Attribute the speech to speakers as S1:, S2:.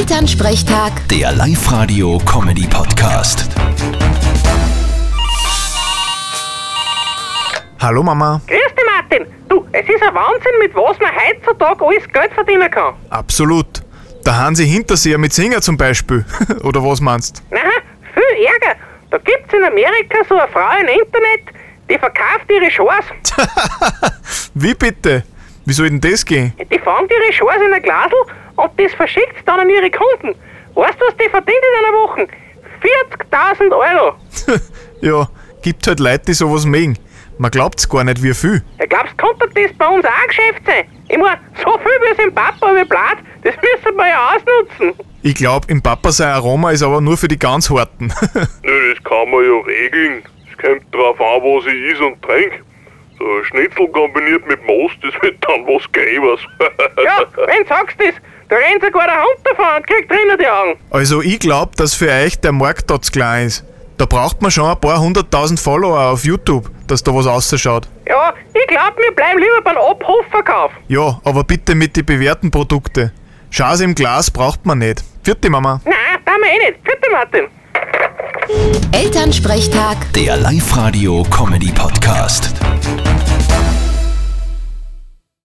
S1: Elternsprechtag,
S2: Der Live-Radio-Comedy-Podcast.
S3: Hallo Mama,
S4: Grüß dich, Martin. Du, es ist ein Wahnsinn, mit was man heutzutage alles Geld verdienen kann.
S3: absolut. Der Hansi Hinterseher mit Singer zum Beispiel. Oder was meinst
S4: Na, viel Ärger. Da gibt's in Amerika so eine Frau im Internet, die verkauft ihre Schors.
S3: Wie bitte? Wie soll denn das gehen?
S4: Die fängt ihre Schors in ein Glasl und das verschickt dann an ihre Kunden. Weißt du, was die verdient in einer Woche? 40.000 Euro.
S3: ja, gibt halt Leute, die sowas mögen. Man glaubt's gar nicht, wie viel.
S4: Ja, glaubst du, könnte das bei uns auch ein Geschäft sein? Ich mein, so viel wie Simbabwe wie Blatt, das müssen wir ja ausnutzen.
S3: Ich glaub, im Papa sein Aroma ist aber nur für die ganz Harten.
S5: Nö, das kann man ja regeln. Es kommt drauf an, was ich is und trink. So ein Schnitzel kombiniert mit Most, das wird dann was Gräbers. Also
S4: Ja, wenn du sagst das, da rennt sogar der Hund davon und kriegt drinnen die Augen.
S3: also ich glaub, dass für euch der Markt dort zu klein ist. Da braucht man schon ein paar hunderttausend Follower auf YouTube, dass da was ausschaut.
S4: Ja, ich glaub, wir bleiben lieber beim Abhofverkauf.
S3: Ja, aber bitte mit den bewährten Produkten. Schaß im Glas braucht man nicht. Vierte Mama.
S4: Nein, da wir eh nicht. Bitte, Martin.
S1: Elternsprechtag.
S2: Der Live-Radio-Comedy-Podcast.